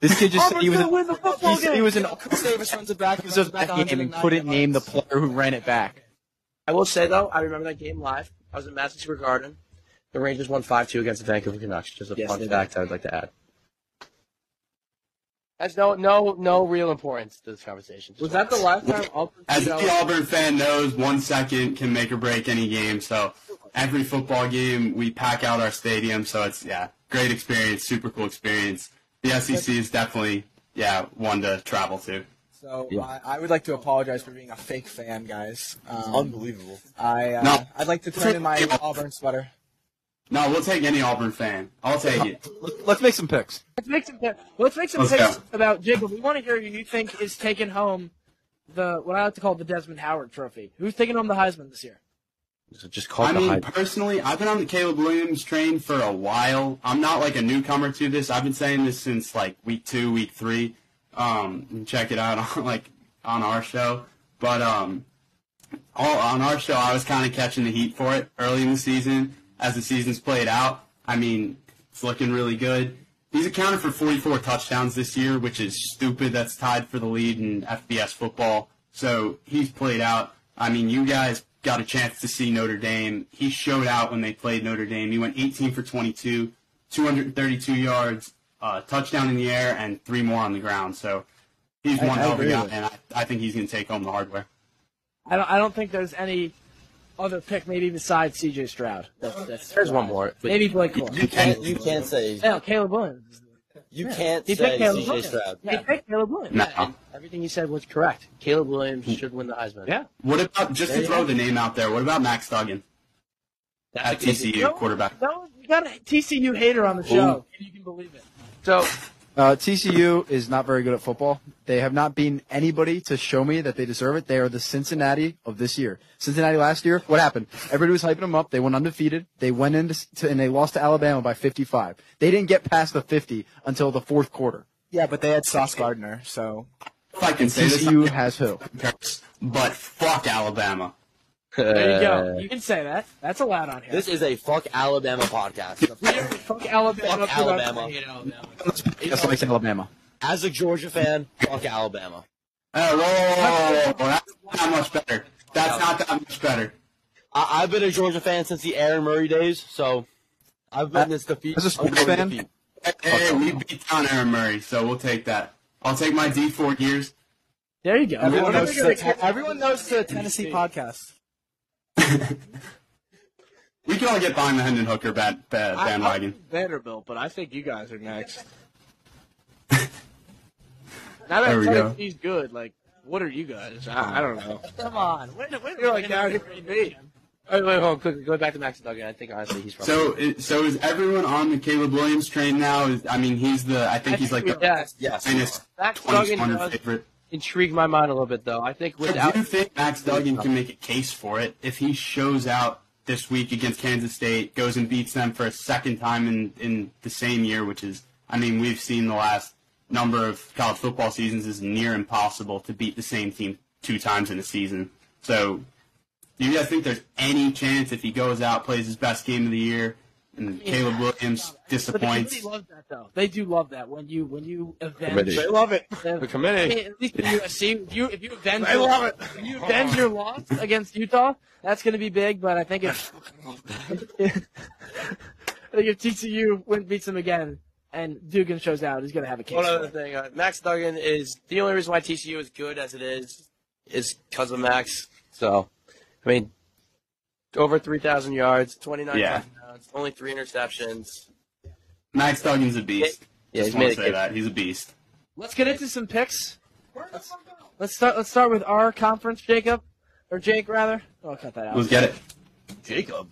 E: This kid just said he
D: Auburn's
E: was.
D: gonna
E: An,
D: win the
E: he
D: football
E: said he
D: game.
E: was an.
L: Chris Davis runs it back.
E: Of that game and couldn't name the player who ran it back.
B: I will say though, I remember that game live. I was at Madison Square Garden. The Rangers won five two against the Vancouver Canucks. Just a fun fact I would like to add. That's no no no real importance to this conversation.
D: Was that the last time Auburn?
A: As
D: beat
A: the Auburn fan knows, one second can make or break any game. So every football game, we pack out our stadium. So it's yeah, great E experience, super cool experience. The SEC is definitely yeah one to travel to.
O: So
K: Yeah.
O: I, I would like to apologize for being a fake fan, guys. Um,
K: Unbelievable.
O: I uh,
P: No.
O: I'd like to turn in my
P: Take-
O: Auburn sweater.
P: No, we'll take any Auburn fan. I'll take it.
E: Let's make some picks.
D: Let's make some picks. Let's make some
P: Let's
D: picks
P: go.
D: about Jacob. We want to hear who you think is taking home the what I like to call the Desmond Howard Trophy. Who's taking home the Heisman this year?
K: Just call
P: I
K: it the
P: mean,
K: hype.
P: personally, I've been on the Caleb Williams train for a while. I'm not like a newcomer to this. I've been saying this since like week two, week three. Um, check it out on like on our show. But um, all Oh, on our show, I was kind of catching the heat for it early in the season. As the season's played out, I mean, it's looking really good. He's accounted for 44 touchdowns this year, which is stupid. That's tied for the lead in FBS football. So he's played out. I mean, you guys got a chance to see Notre Dame. He showed out when they played Notre Dame. He went 18 for 22, 232 yards, uh, touchdown in the air, and three more on the ground. So he's one hell of a
L: agree
P: guy,
L: with
P: and I, I think he's going to take home the hardware.
D: I don't. I don't think there's any other pick maybe besides C.J. Stroud. That's, that's
B: There's one more. but
D: Maybe Blake Corum.
K: You can't. You can't say.
D: No, Caleb Williams.
K: You can't
D: He
K: say
D: picked Caleb
K: C.J.
D: Williams.
K: Stroud.
D: He picked Caleb Williams.
P: No.
B: Everything you said was correct. Caleb Williams should win the Heisman.
D: Yeah.
P: What about just to
K: you
P: throw the name out there? What about Max Duggan at TCU
D: No,
P: quarterback?
D: No, we got a TCU hater on the show. and You can believe it.
B: So
E: Uh, TCU is not very good at football. They have not beaten anybody to show me that they deserve it. They are the Cincinnati of this year. Cincinnati last year, what happened? Everybody was hyping them up. They went undefeated. They went into to, and they lost to Alabama by 55. They didn't get past the 50 until the fourth quarter.
L: Yeah, but they had Sauce Gardner, so
P: If I can say this,
E: TCU has who?
P: but fuck Alabama.
D: There you go. You can say that. That's allowed on here.
K: Uh, This is a fuck Alabama podcast.
D: fuck Alabama.
K: fuck Alabama.
E: Just like Alabama.
K: As a Georgia fan, fuck Alabama.
P: Oh, whoa, whoa, whoa, whoa, whoa. that's not that much better. That's not that much better.
K: I- I've been a Georgia fan since the Aaron Murray days, so I've been this defeat.
E: As a sports
K: under
E: fan,
K: defeat.
P: Hey, hey, we beat down Aaron Murray, so we'll take that. I'll take my D4 gears.
D: There you go.
O: Everyone
D: Whatever
O: knows,
D: you're
O: the, everyone knows the Tennessee podcast.
P: We can all get behind the Hendon Hooker bat, ba- bandwagon.
A: Vanderbilt, but I think you guys are next.
D: Now that
P: There
D: I
P: we
D: tell
P: go.
D: you he's good, like, what are you guys? I, I don't know.
B: come on, wait, wait,
D: You're like down here with me.
B: Wait, wait, hold on, quickly, go back to Max Duggan. I think honestly he's probably.
P: So, is- so is everyone on the Caleb Williams train now? Is, I mean, he's the. I think he's like the
B: yeah,
K: Yes.
P: minus
B: Max
P: twenty
B: Duggan
P: one
B: does
P: favorite.
B: intrigue my mind a little bit though. I think
P: I
B: without
P: do think Max Duggan can make a case for it if he shows out this week against Kansas State, goes and beats them for a second time in, in the same year, which is, I mean, we've seen the last number of college football seasons is near impossible to beat the same team two times in a season. So, do you guys think there's any chance if he goes out, plays his best game of the year, and Caleb Williams
D: But the
P: disappoints?
D: committee loves that though. They do love that when you when you avenge.
K: Committee. They
D: love it.
B: the committee,
D: At least in USC, if you if you avenge, I love it. If you avenge your loss against Utah, that's going to be big. But I think if I think if TCU win beats them again and Dugan shows out, he's going to have a case.
B: one
D: for
B: other
D: it.
B: thing, uh, Max Duggan is the only reason why TCU is good as it is is because of Max. So, I mean, over three thousand yards, twenty nine
P: Yeah.
B: touchdowns, only three interceptions.
P: Max Duggan's a beast.
B: Yeah,
P: Just
B: he's made
P: want to
B: a
P: say
B: case.
P: that. He's a beast.
D: Let's get into some picks. Let's start. Let's start with our conference, Jacob or Jake rather. Oh, I'll cut that out.
P: Let's get it.
K: Jacob.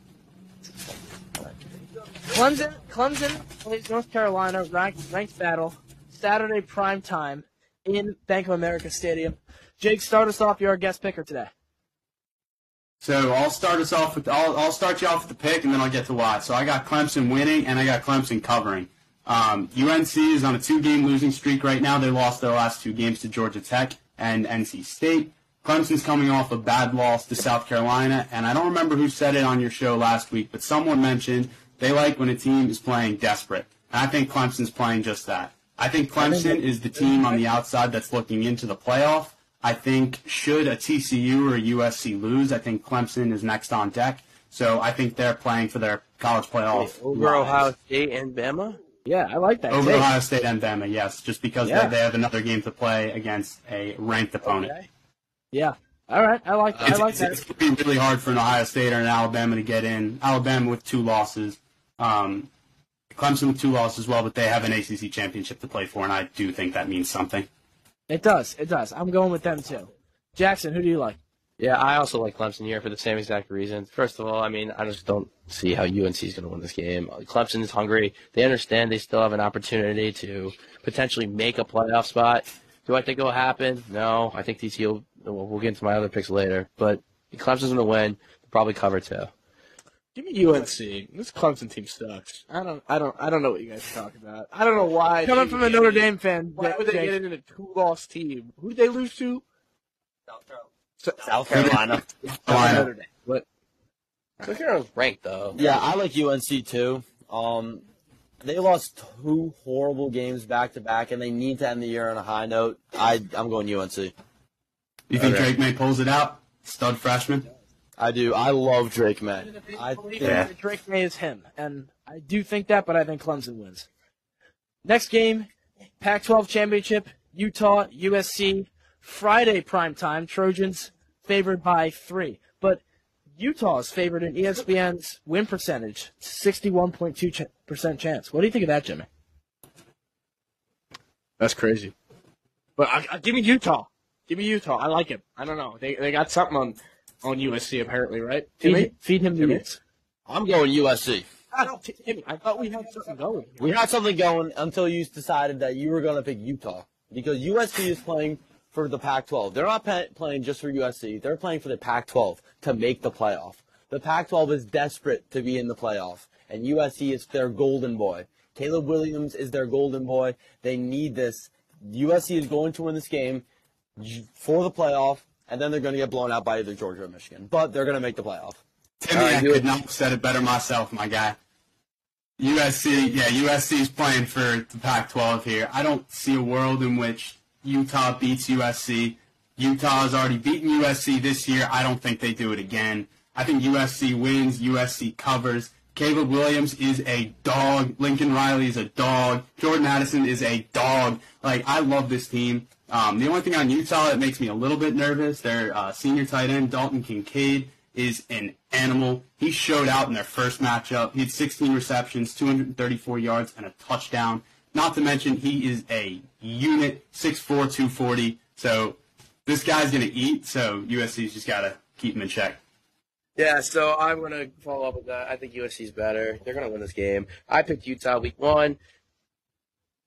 D: Clemson, Clemson plays North Carolina ranked, ranked battle Saturday prime time in Bank of America Stadium. Jake, start us off. You're our guest picker today.
P: So I'll start us off with I'll, I'll start you off with the pick and then I'll get to why. So I got Clemson winning and I got Clemson covering. Um, UNC is on a two-game losing streak right now. They lost their last two games to Georgia Tech and NC State. Clemson's coming off a bad loss to South Carolina, and I don't remember who said it on your show last week, but someone mentioned they like when a team is playing desperate, and I think Clemson's playing just that. I think Clemson is the team on the outside that's looking into the playoff. I think should a TCU or a USC lose, I think Clemson is next on deck. So I think they're playing for their college playoff
B: Over
P: lives.
B: Ohio State and Bama.
D: Yeah, I like that.
P: Over
D: Jake,
P: Ohio State and Bama, yes, just because
D: Yeah.
P: they, they have another game to play against a ranked opponent.
D: Yeah. All right, I like that. I
P: It's,
D: like
P: it's,
D: that.
P: it's going to be really hard for an Ohio State or an Alabama to get in. Alabama with two losses, um, Clemson with two losses as well, but they have an ACC championship to play for, and I do think that means something.
D: It does. It does. I'm going with them too. Jackson, who do you like?
B: Yeah, I also like Clemson here for the same exact reason. First of all, I mean, I just don't see how UNC is going to win this game. Clemson is hungry. They understand they still have an opportunity to potentially make a playoff spot. Do I think it will happen? No. I think TCU, will, we'll get into my other picks later, but Clemson's going to win. They'll probably cover too.
A: Give me UNC. This Clemson team sucks. I don't. I don't. I don't know what you guys are talking about. I don't know why.
D: Coming from a Notre Dame fan,
A: Why would they
D: Jake,
A: get in a two-loss team? Who did they lose to?
B: South Carolina.
P: Carolina.
A: Notre Dame. But
B: South Carolina's ranked though.
K: Yeah, I like UNC too. Um, they lost two horrible games back to back, and they need to end the year on a high note. I I'm going UNC.
P: You think Drake May pulls it out? Stud freshman.
K: I do. I love Drake May. I think
D: yeah. Drake May is him, and I do think that, but I think Clemson wins. Next game, Pac-12 championship, Utah, USC, Friday prime time. Trojans favored by three, but Utah is favored in E ESPN's win percentage, sixty-one point two percent chance. What do you think of that, Jimmy?
A: that's crazy. But I, I, give me Utah. Give me Utah. I like it. I don't know. They they got something on on USC apparently, right? Timmy.
D: Feed, feed him the Utes.
K: I'm going USC.
A: God, T- Timmy. I thought we had something going. Here.
K: We had something going until you decided that you were going to pick Utah because USC is playing for the Pac-12. They're not pa- playing just for USC. They're playing for the Pac-12 to make the playoff. The Pac-12 is desperate to be in the playoff, and USC is their golden boy. Caleb Williams is their golden boy. They need this. USC is going to win this game j- for the playoff, and then they're going to get blown out by either Georgia or Michigan. But they're going to make the playoff.
P: Timmy, I could not have said it better myself, my guy. USC, yeah, USC's playing for the Pac-12 here. I don't see a world in which Utah beats USC. Utah has already beaten USC this year. I don't think they do it again. I think USC wins. USC covers. Caleb Williams is a dog. Lincoln Riley is a dog. Jordan Addison is a dog. Like I love this team. Um, the only thing on Utah that makes me a little bit nervous, their uh, senior tight end Dalton Kincaid is an animal. He showed out in their first matchup. He had 16 receptions, 234 yards, and a touchdown. Not to mention, he is a unit, 6'4", 240. So this guy's going to eat, so USC's just got to keep him in check.
B: Yeah, so I'm gonna follow up with that. I think USC's better. They're gonna win this game. I picked Utah week one.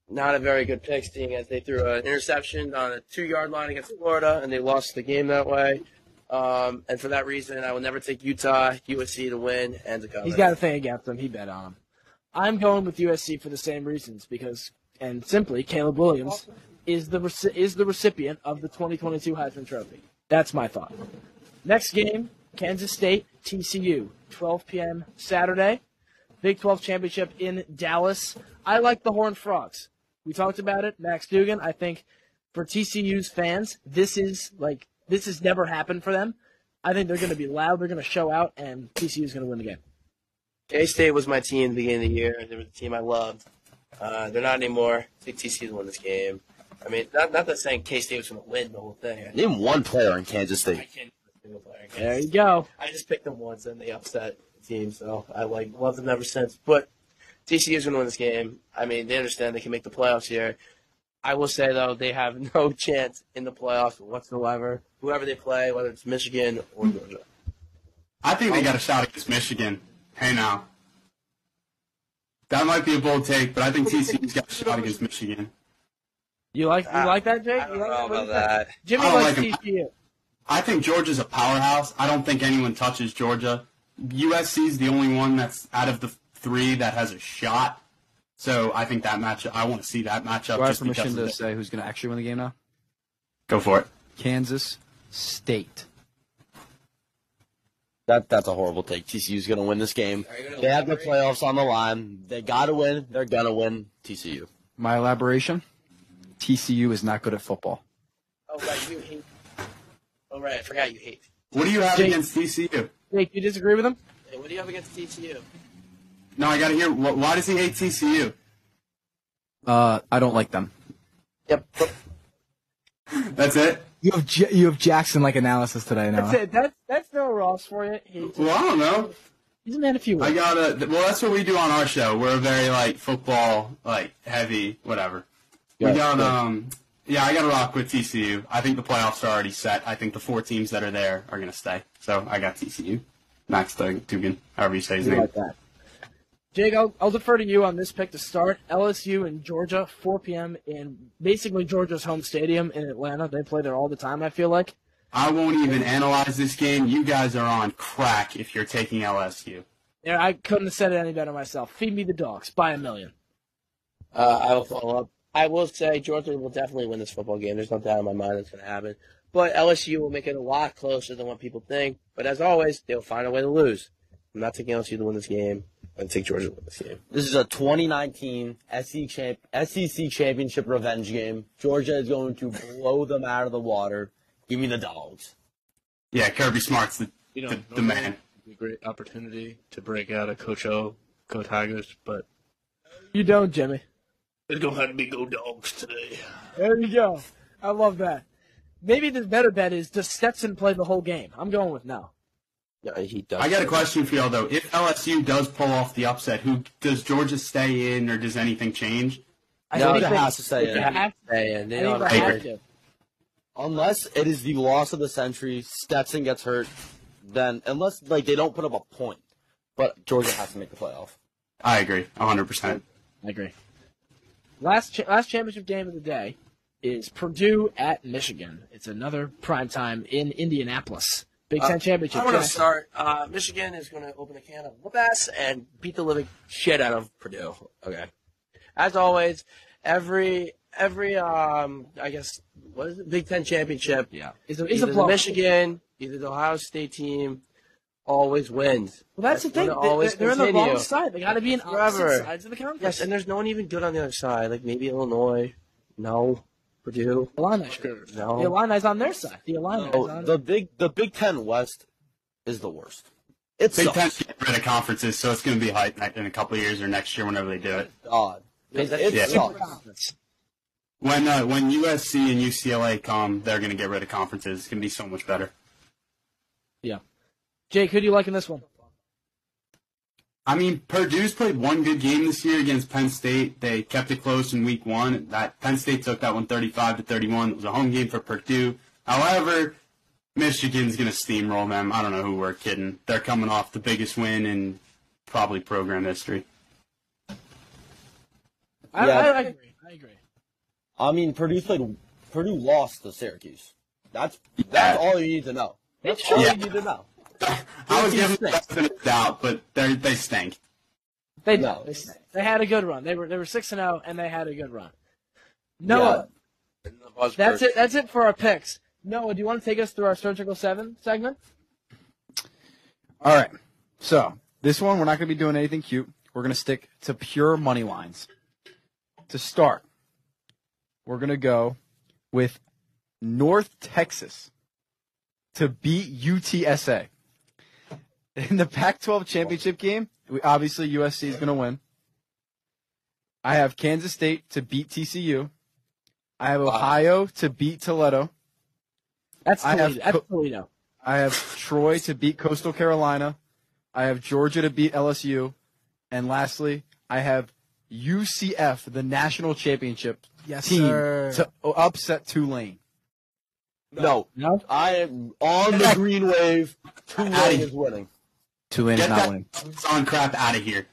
B: Not a very good pick, seeing as they threw an interception on a two-yard line against Florida, and they lost the game that way. Um, and for that reason, I will never take Utah, USC to win and to cover.
D: He's got a thing against him. He bet on him. I'm going with USC for the same reasons because, and simply, Caleb Williams is the reci- is the recipient of the 2022 Heisman Trophy. That's my thought. Next game, Kansas State, TCU, 12 p.m. Saturday, Big 12 Championship in Dallas. I like the Horned Frogs. We talked about it, Max Dugan. I think for TCU's fans, this is like this has never happened for them. I think they're going to be loud. They're going to show out, and TCU's going to win the game.
B: K State was my team at the beginning of the year. They were the team I loved. Uh, they're not anymore. I think TCU won this game. I mean, not, not that saying K State was going to win the whole thing. I
K: Name one player in Kansas State.
B: can't single player.
D: There you go.
B: I just picked them once and they upset the team, so I like love them ever since. But TCU is going to win this game. I mean, they understand they can make the playoffs here. I will say though, they have no chance in the playoffs whatsoever. Whoever they play, whether it's Michigan or Georgia.
P: I think they got a shot against Michigan. Hey now. That might be a bold take, but I think TCU's got a shot against Michigan.
D: You like you
B: Ah,
D: like that, Jake?
B: I don't
D: you like
B: know
D: that? What do
B: about
D: you think?
B: that.
D: Jimmy
P: I don't
D: likes
P: like him.
D: TCU.
P: I think Georgia's a powerhouse. I don't think anyone touches Georgia. USC's the only one that's out of the three that has a shot. So I think that matchup. I want to see that matchup.
E: Do I have
P: just because
E: permission
P: of
E: to
P: the-
E: say who's going to actually win the game now?
P: Go for it.
E: Kansas State.
K: That that's a horrible take. TCU's gonna win this game. They have the playoffs on the line. They gotta win. They're gonna win. TCU.
E: My elaboration: TCU is not good at football.
B: Oh right, you hate. Oh right, I forgot you hate.
P: What do you have
D: Jake-
P: against TCU?
D: Jake, you disagree with him?
B: Hey, what do you have against TCU?
P: No, I got to hear. Wh- why does he hate TCU?
E: Uh, I don't like them.
B: Yep.
P: That's it.
L: You have J- you have Jackson like analysis today now.
D: That's it. That's that's Noah Ross for you. He,
P: Well, I don't know.
D: he's a man if you
P: I
D: will.
P: gotta. th- Well, that's what we do on our show. We're very like football, like heavy, whatever. we got um, yeah, I got to rock with TCU. I think the playoffs are already set. I think the four teams that are there are going to stay. So I got TCU. Max Dug- Dugan, however you say his name.
D: like that. Jake, I'll, I'll defer to you on this pick to start. LSU and Georgia, 4 p.m. in basically Georgia's home stadium in Atlanta. They play there all the time, I feel like.
P: I won't even analyze this game. You guys are on crack if you're taking LSU.
D: Yeah, I couldn't have said it any better myself. Feed me the dogs. Buy a million.
B: Uh, I will follow up. I will say Georgia will definitely win this football game. There's no doubt in my mind that's going to happen. But LSU will make it a lot closer than what people think. But as always, they'll find a way to lose. I'm not taking LSU to win this game. I'm going to take Georgia to win this game.
K: This is a 2019 SEC, E champ- SEC championship revenge game. Georgia is going to blow them out of the water. Give me the dogs.
P: Yeah, Kirby Smart's the,
A: You know,
P: the, the man.
A: a great opportunity to break out of Coach O, go Tigers, but
D: You don't, Jimmy.
A: it's gonna have to be go Dogs today.
D: There you go. I love that. Maybe the better bet is does Stetson play the whole game? I'm going with no.
B: Yeah, he does.
P: I got a question for y'all, though. If LSU does pull off the upset, who does Georgia stay in or does anything change?
D: I
K: No,
D: think
K: Georgia
D: they-
K: has to stay
D: they
K: in.
D: have-
B: Yeah,
D: I
B: they
D: think
B: don't
D: they
B: have-
D: have to.
K: Unless it is the loss of the century, Stetson gets hurt, then unless like they don't put up a point, but Georgia has to make the playoff.
P: I agree, 100%.
D: I agree. Last cha- last championship game of the day is Purdue at Michigan. It's another prime time in Indianapolis. Big Ten championship.
B: I want to
D: Jack.
B: Uh, start. Uh, Michigan is going to open a can of whoop ass and beat the living shit out of Purdue. Okay. As always, every every um I guess what is it Big Ten championship? Yeah.
D: It's a, it's
B: Either
D: a
B: the
D: blowout.
B: Michigan, either the Ohio State team, always wins.
D: Well, that's the thing.
B: gonna
D: They,
B: always
D: are they're on the
B: continue.
D: wrong side. They got to be in
B: Forever.
D: opposite sides of the conference.
B: Yes, and there's no one even good on the other side. Like maybe Illinois. No. Purdue.
D: the Illini. The
B: No.
D: Illini's on their side. The Illini. is
K: Oh,
D: on
K: the big the Big Ten West is the worst. It's
P: Big Ten's getting rid of conferences, so it's going to be hype in a couple of years or next year whenever they do it.
K: odd. It
P: Yeah.
K: sucks.
P: When uh, when USC and UCLA come, they're going to get rid of conferences. It's going to be so much better.
D: Jake, who do you like in this one?
P: I mean, Purdue's played one good game this year against Penn State. They kept it close in week one. That Penn State took that one 35 to 31. It was a home game for Purdue. However, Michigan's going to steamroll them. I don't know who we're kidding. They're coming off the biggest win in probably program history.
D: I,
K: Yeah.
D: I, I agree. I agree.
K: I mean, Purdue played. Purdue lost to Syracuse. That's that's all you need to know. That's all
P: Yeah.
K: you need to know.
P: I was giving them the benefit of the doubt, but they they stink.
D: They
K: No.
D: They, they had a good run. They were they were six and zero, and they had a good run. Noah, that's it. That's it for our picks. Noah, do you want to take us through our surgical seven segment?
E: All right. So this one, we're not going to be doing anything cute. We're going to stick to pure money lines. To start, we're going to go with North Texas to beat UTSA. In the Pac 12 championship game, we, obviously USC is going to win. I have Kansas State to beat TCU. I have Ohio to beat Toledo.
D: That's
E: I
D: Toledo.
E: have
D: that's
E: co-
D: Toledo.
E: I have Troy to beat Coastal Carolina. I have Georgia to beat LSU. And lastly, I have UCF, the national championship
G: Yes,
E: team,
G: sir.
E: to upset Tulane.
K: No,
D: No.
K: I am on the green wave. Tulane is winning.
E: Tulane
P: Get that on crap out of here.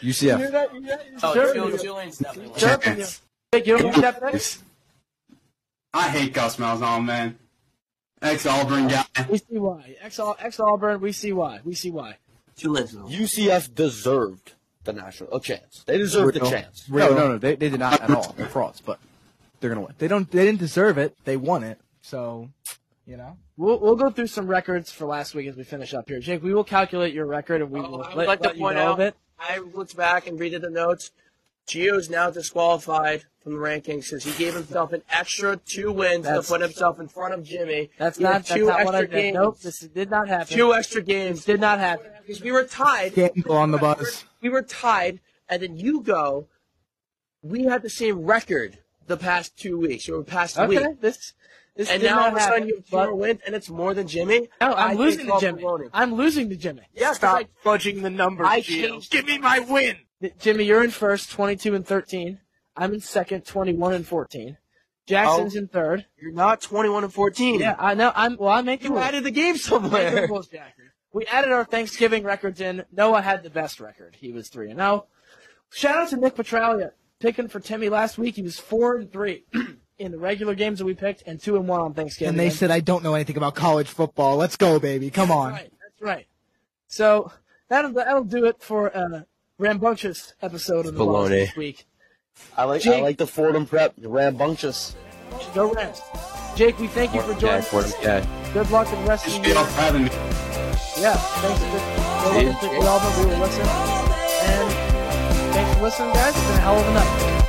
D: You hear
E: UCF.
D: that? You hear that?
B: Oh,
D: Sure.
B: Jul- Julian's definitely winning.
P: Giants.
D: Jake, you don't like that pick?
P: I hate Gus Malzahn, man. Ex Auburn guy.
D: We see why. Ex ex Auburn. We see why. We see why.
B: Julian's winning.
K: UCF deserved the national a chance. They deserved the
E: Real.
K: chance.
E: No, no, no. They, they did not at all. They're frauds, but they're going to win.
L: They don't. They didn't deserve it. They won it. So, you know.
D: We'll, we'll go through some records for last week as we finish up here. Jake, we will calculate your record and we
B: Oh,
D: will
B: I would
D: let,
B: like to
D: let you
B: point
D: know
B: out-
D: of it.
B: I looked back and read the notes. Gio is now disqualified from the rankings because he gave himself an extra two wins
D: That's-
B: to put himself in front of Jimmy.
D: That's
B: He had
D: not, that's
B: two
D: not what
B: extra
D: I did.
B: games.
D: Nope, this did not happen.
B: Two extra
D: This
B: games
D: did not happen.
B: because we were tied.
L: Gamble on the bus.
B: We were tied, and then you go. We had the same record the past two weeks or past
D: Okay,
B: week,
D: this this
B: and
D: did
B: now all
D: not
B: of a sudden
D: happen.
B: you have
D: but-
B: zero wins, and it's more than Jimmy.
D: no,
B: I
D: I'm
B: think
D: losing to
B: Bob
D: Jimmy.
B: Maloney.
D: I'm losing to Jimmy.
B: Yes,
A: Stop
B: I-
A: fudging the numbers,
B: I
A: Gio.
B: changed-
A: Give me my win.
D: Jimmy, you're in first, 22 and 13. I'm in second, 21 and
B: Oh.
D: 14. Jackson's in third.
B: You're not 21 and 14.
D: Yeah, I know. I'm well. I'm making
B: You added the game
D: Making
B: somewhere.
D: rules, Jackson. We added our Thanksgiving records in. Noah had the best record. He was three and zero. Shout out to Nick Petralia picking for Timmy last week. He was four and three in the regular games that we picked, and two and one on Thanksgiving.
O: And they said, I don't know anything about college football. Let's go, baby. Come
D: That's
O: on.
D: right. That's right. So that'll that'll do it for a rambunctious episode of the Lost
B: Baloney.
D: this week.
K: I like I
D: Jake-
K: like the Fordham prep. You're rambunctious.
D: Go Rams. Jake, we thank you for joining us. Good luck and rest of
P: Just
D: the
P: be
D: year.
P: off having me.
D: Yeah, thanks for we all of us, we will listen. And thanks for listening, guys. It's been a hell of a night.